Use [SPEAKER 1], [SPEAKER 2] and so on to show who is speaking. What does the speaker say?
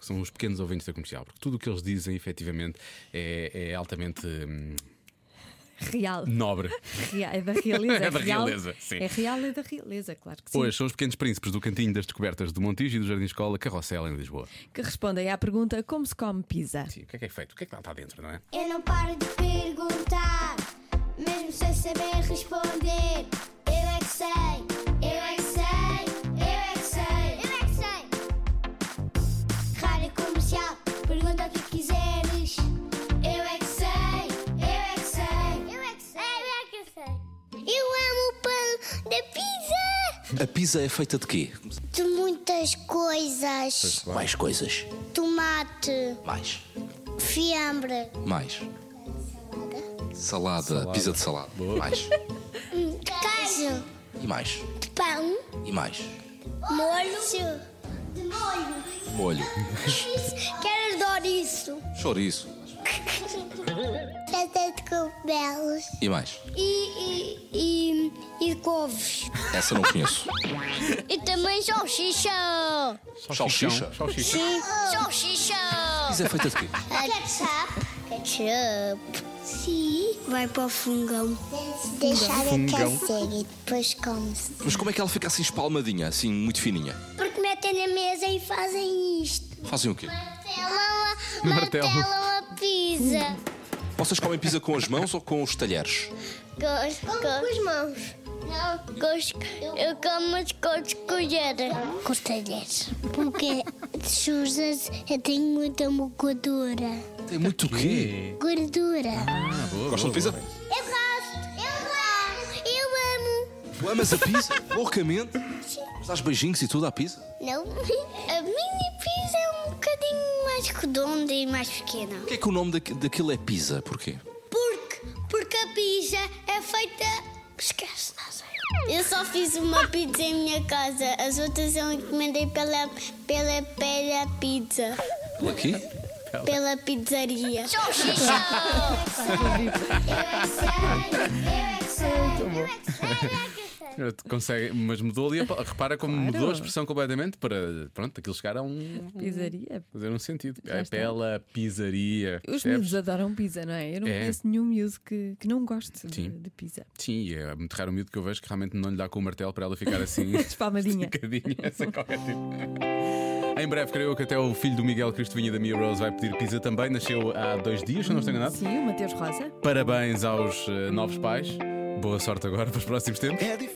[SPEAKER 1] são os pequenos ouvintes da comercial, porque tudo o que eles dizem, efetivamente, é, é altamente hum,
[SPEAKER 2] Real.
[SPEAKER 1] nobre.
[SPEAKER 2] Rea- É da realeza.
[SPEAKER 1] Uhum. É da
[SPEAKER 2] real,
[SPEAKER 1] realeza, sim.
[SPEAKER 2] É real, é da realeza, claro que sim.
[SPEAKER 1] Pois, são os pequenos príncipes do cantinho das descobertas do Montijo e do Jardim Escola Carrossel em Lisboa.
[SPEAKER 2] Que respondem à pergunta como se come pizza.
[SPEAKER 1] Sim, o que é que é feito? O que é que lá está dentro, não é?
[SPEAKER 3] Eu não paro de perguntar, mesmo sem saber responder. Eu é que sei, eu é que sei, eu é que sei, eu é que sei. Rádio comercial, pergunta o que quiseres. Eu é que sei, eu é que sei, eu é que sei, eu é que sei. Eu amo o pão da pizza!
[SPEAKER 4] A pizza é feita de quê?
[SPEAKER 3] De muitas coisas:
[SPEAKER 4] Mais coisas.
[SPEAKER 3] tomate,
[SPEAKER 4] Mais.
[SPEAKER 3] fiambre,
[SPEAKER 4] Mais. Salada. Pizza de salada. Mais.
[SPEAKER 3] Hum, queijo,
[SPEAKER 4] E mais.
[SPEAKER 3] pão.
[SPEAKER 4] E mais.
[SPEAKER 3] Molho. De molho.
[SPEAKER 4] Molho.
[SPEAKER 3] Quero adorar isso.
[SPEAKER 4] Chouriço.
[SPEAKER 3] Trata de cogumelos.
[SPEAKER 4] E mais.
[SPEAKER 3] E, e, e, e couves.
[SPEAKER 4] Essa não conheço.
[SPEAKER 3] E também salsicha.
[SPEAKER 4] Salsicha.
[SPEAKER 1] Salsicha.
[SPEAKER 3] Sim. Salsicha.
[SPEAKER 4] Pizza é feita de quê?
[SPEAKER 3] Ketchup. Ketchup. Sim. Vai para o fogão. Deixar
[SPEAKER 1] Fungão.
[SPEAKER 3] e depois come-se.
[SPEAKER 4] Mas como é que ela fica assim espalmadinha, assim muito fininha?
[SPEAKER 3] Porque metem na mesa e fazem isto.
[SPEAKER 4] Fazem o quê?
[SPEAKER 3] Martelam a,
[SPEAKER 1] Martelo.
[SPEAKER 3] martelam a pizza.
[SPEAKER 4] Vocês comem pizza com as mãos ou com os talheres?
[SPEAKER 3] Gosto, com as mãos. Não. Gosto, eu como as coisas colheres. Com os talheres. Porque sujas eu tenho muita gordura.
[SPEAKER 4] Tem muito o quê?
[SPEAKER 3] Gordura.
[SPEAKER 4] Gostam de pizza?
[SPEAKER 3] Eu gosto, eu gosto, eu amo.
[SPEAKER 4] Tu amas a pizza? Loucamente? Dás beijinhos e tudo à pizza?
[SPEAKER 3] Não, a mini pizza é um bocadinho mais redonda e mais pequena.
[SPEAKER 4] Porquê é que o nome daqu- daquilo é pizza? Porquê?
[SPEAKER 3] Porque, porque a pizza é feita. Esquece, não sei. Eu só fiz uma pizza em minha casa. As outras eu encomendei pela, pela, pela pizza.
[SPEAKER 4] Pela quê?
[SPEAKER 3] Pela pizzaria. é Tchau, é xixi!
[SPEAKER 1] Consegue, mas mudou ali. a pa- Repara como mudou a expressão completamente para pronto, aquilo chegar a um.
[SPEAKER 2] Pizzaria.
[SPEAKER 1] fazer um sentido.
[SPEAKER 2] Já
[SPEAKER 1] É
[SPEAKER 2] está.
[SPEAKER 1] pela pizzaria.
[SPEAKER 2] Os
[SPEAKER 1] percebes?
[SPEAKER 2] miúdos adoram pizza, não é? Eu não
[SPEAKER 1] É.
[SPEAKER 2] conheço nenhum miúdo que, que não goste de,
[SPEAKER 1] Sim.
[SPEAKER 2] de pizza.
[SPEAKER 1] Sim, e é muito raro o miúdo que eu vejo que realmente não lhe dá com o martelo para ela ficar assim.
[SPEAKER 2] Espalmadinha.
[SPEAKER 1] esticadinha, sem qualquer tipo. Em breve, creio eu que até o filho do Miguel Cristo Vinha da Mia Rose vai pedir pizza também. Nasceu há dois dias, se eu não estou enganado.
[SPEAKER 2] Sim, o Mateus Rosa.
[SPEAKER 1] Parabéns aos eh, novos pais. Boa sorte agora para os próximos tempos.
[SPEAKER 4] É difícil.